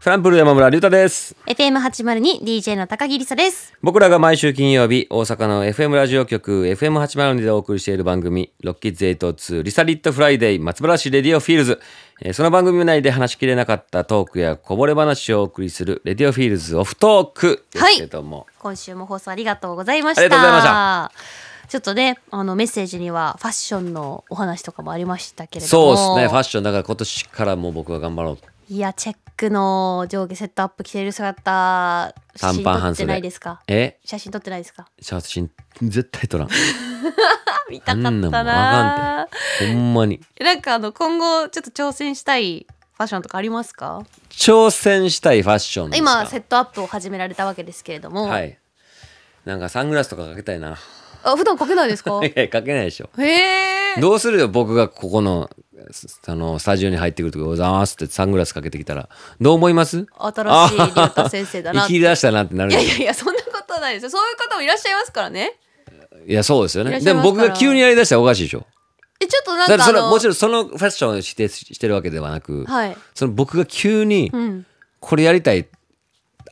フランプル山村隆太です。 FM802DJ の高木りさです。僕らが毎週金曜日、大阪の FM ラジオ局 FM802 でお送りしている番組、ロッキーズ8-2リサリットフライデー松原市レディオフィールズ。えーその番組内で話しきれなかったトークやこぼれ話をお送りするレディオフィールズオフトークですけども。今週も放送ありがとうございました。ありがとうございましちょっとね、あのメッセージにはファッションのお話とかもありましたけれどそうも。ですね、ファッションだから今年からもう僕は頑張ろうと。いや、チェックの上下セットアップ着てる姿、写短真パン撮半って袖。ないですかえ写真撮ってないですか写真絶対 撮らん。見たかったあんななんもんあなかほんまに。んかあの、今後ちょっと挑戦したいファッションとかありますか挑戦したいファッションですか今、セットアップを始められたわけですけれども。はい。なんかサングラスとかかけたいな。あ、普段かけないですかいや、かけないでしょ。へ え。どうするよ、僕がここの、すあの、スタジオに入ってくるとき、おはようございますってサングラスかけてきたら、どう思います新しい竜太先生だなっ生きて出したなってなるいよ やいいやいやそんなことないですよそういう方もいらっしゃいますからねや、そうですよいらね。っしゃでいもますから僕が急にやりだしたらおかしいでしょ。えちょっとなだからんかそあの、のもちろんそのファッションを否定ししてるわけではなく、はいその僕が急に、んこれやりたい、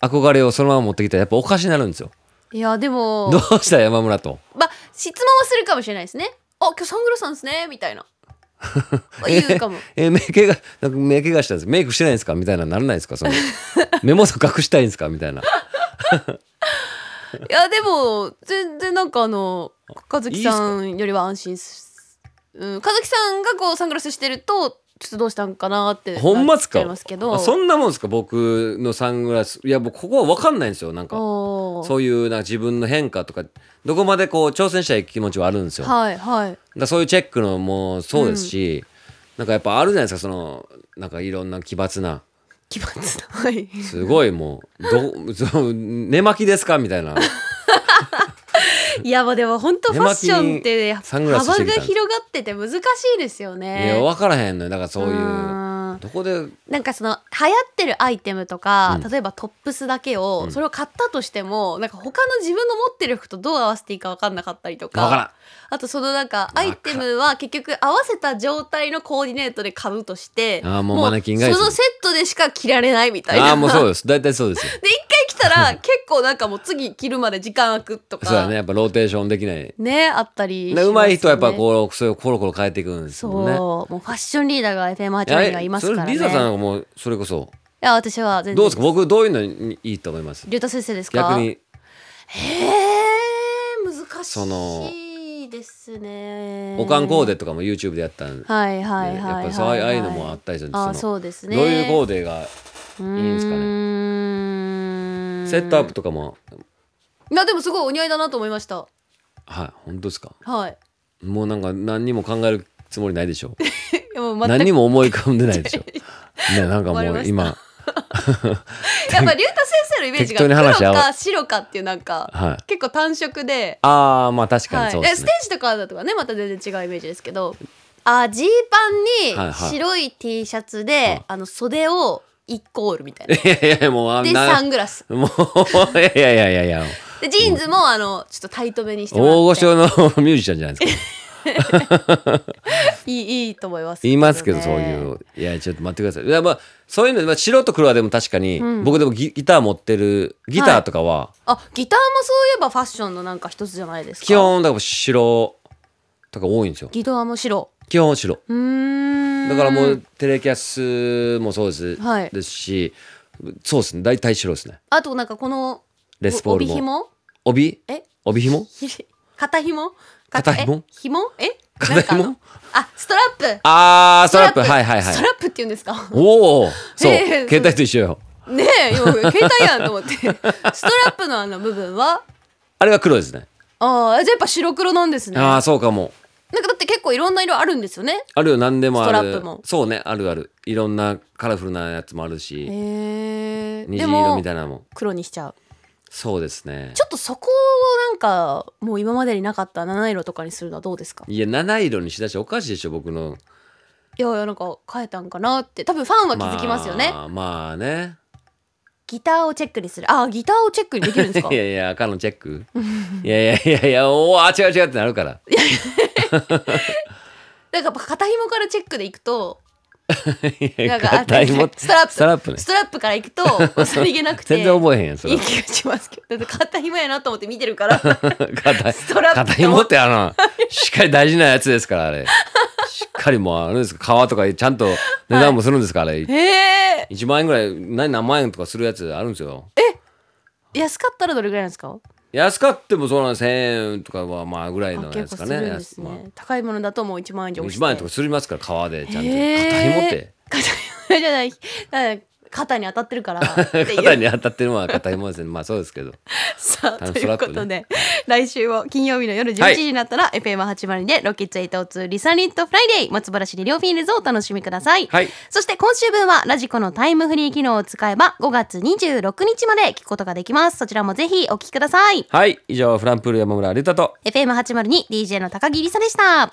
憧れをそのまま持ってきたら、やっぱおかしになるんですよ。いやでもどうした山村と。まあ質問はするかもしれないですねあ今日サングラスなんですね みたいな言うかもえー、目怪我、なんか目怪我したんです。メイクしてないんですかみたいなならないですかそ の、目元隠したいんですかみたいな。いやでも全然なんかあの和樹さんよりは安心すうん、和樹さんがこうサングラスしてるとちょっとどうしたんかなってほんまっすなかっちゃいますけどあそんなもんですか僕のサングラス。いや、もうここは分かんないんですよ。なんか、おーそういうなんか自分の変化とか、どこまでこう挑戦したい気持ちはあるんですよ。だかはいはいらそういうチェックのもうそうですし、なんかやっぱあるじゃないですか、その、なんかいろんな奇抜な、奇抜なはいすごいもう、ど、 そう寝巻きですかみたいな。いやまあでも本当ファッションって寝巻きにサン幅グラスがして広きたがってて難しいですよいや、ね。分からへんのよ。だからそういううーう、んどこでなんかその流行ってるアイテムとか、例えばトップスだけを、それを買ったとしてもなんか他の自分の持ってる服とどう合わせていいか分かんなかったりとかわからんあとそのなんかアらんイテムは結局合わせた状態のコーディネートで買うとしてあーもうマネキン買いそするのセットでしか着られないみたいな。ああーもうそうです大体そうですよ で一回着たら結構なんかもう次着るまで時間空くとかそうだねやっぱローテーションできないねあったりしまですよね。上手い人はやっぱこうそれをコロコロ変えていくんですそう、もんねもうファッションリーダーが FM8 いや人がいますそかれらね。リサさんいはもうそれこそや私は全然どうですか。僕どういうのにいいと思います竜太先生ですか。逆。にへえ難そのしいですね。おかんコーデとかも YouTube でやったんではいはいはいはい、やはっい。ぱそうああいうのもあったりするんあですよそうですどうね。いうコーデデがいいんですかねねセットアップとかもいやでもすごいお似合いだなと思いました。はい本当ですかはい。もうなんか何にも考えるつもりないでしょ いやもう全く何にも思い浮かんでないでしょ ねなんかもう今やっぱ竜太先生のイメージ適が当に話し合黒わか白かっていうなんか、はい結構単色でああまあ確かはにいそうでですスねテージとかだとかねまた全然違うイメージですけどあジーパはンいにはい白い T シャツで、あの袖をイコールみたいないやいやもうあでなサングラス もう、いやいやいやいや、でジーンズもあのちょっとタイトめにしてもらって大御所の ミュージシャンじゃないですか。いいいいと思います言いますけど、そうういう。いや、ちょっと待ってください。いやまあ、そういうの、まあ、白と黒はでも確かに、僕でもギギター持ってる、ギターとかは、あギターもそういえばファッションのなんか一つじゃないですか基本、だから白とか多いんですよ。ギターも白基本白。うーんだからもう、テレキャスもそうです,、はいですし、そうですね、大体白ですね。あとなんかこのレスポールおも帯帯紐え帯紐ひ肩紐肩紐え紐え肩紐なんかあのあストラップあー、ストラップ、はいはいはストい。ラップって言うんですか おお、そう、ええ携帯と一緒よ。ねえ今携帯やんと思って ストラップのあの部分はあれは黒ですね。ああじゃあやっぱ白黒なんですねあなあ、んかそうかも。だって結構いろんな色あるんですよねあるよ何でもあるストラップもそうねあるあるいろんなカラフルなやつもあるしへえ虹で色もみたいなのも黒にしちゃうそうですねちょっとそこをなんかもう今までになかった七色とかにするのはどうですかいや七色にしだしおかしいでしょ僕のいやいやなんか変えたんかなって多分ファンは気づきますよね、まあ、まあねギターをチェックにするああギターをチェックにできるんです かいやいや赤のチェック いやいやいやいやおおあ違う違うってなるからなんかやっぱ肩紐からチェックでいくといやなんかあ 硬いもストラップストラップねストラップから行 くとさりげなくて全然覚えへんやんそれいい気がしますけどだって硬いもやなと思って見てるか らは硬いストラップと硬いもってあのしっかり大事なやつですからあれしっかりもうあれですか皮とかちゃんと値段もするんですか、あれいへえ1万円ぐらい何何万円とかするやつあるんですよ安かったらどれぐらいなんですか安かってもそうなん1,000円とかはまあぐらいのやつかあ結構すねるんですね、やつま高いものだともう1万円以あ上1万円とかかすりますから皮でちゃんと硬へいーもって硬いじゃないだから肩に当たって るからっていう肩に当たってるのは硬いもんですねまあそうですけどさあタンとスいうラップこねとで、来週を金曜日の夜はい11時になったら、FM802 でロケッツ802リサニットフライデー松原市で両フィールズをお楽しみください、はいそして今週分はラジコのタイムフリー機能を使えば5月26日まで聞くことができますそちらもぜひお聞きくださいはい以上フランプール山村隆太と FM802DJ の高木りさでした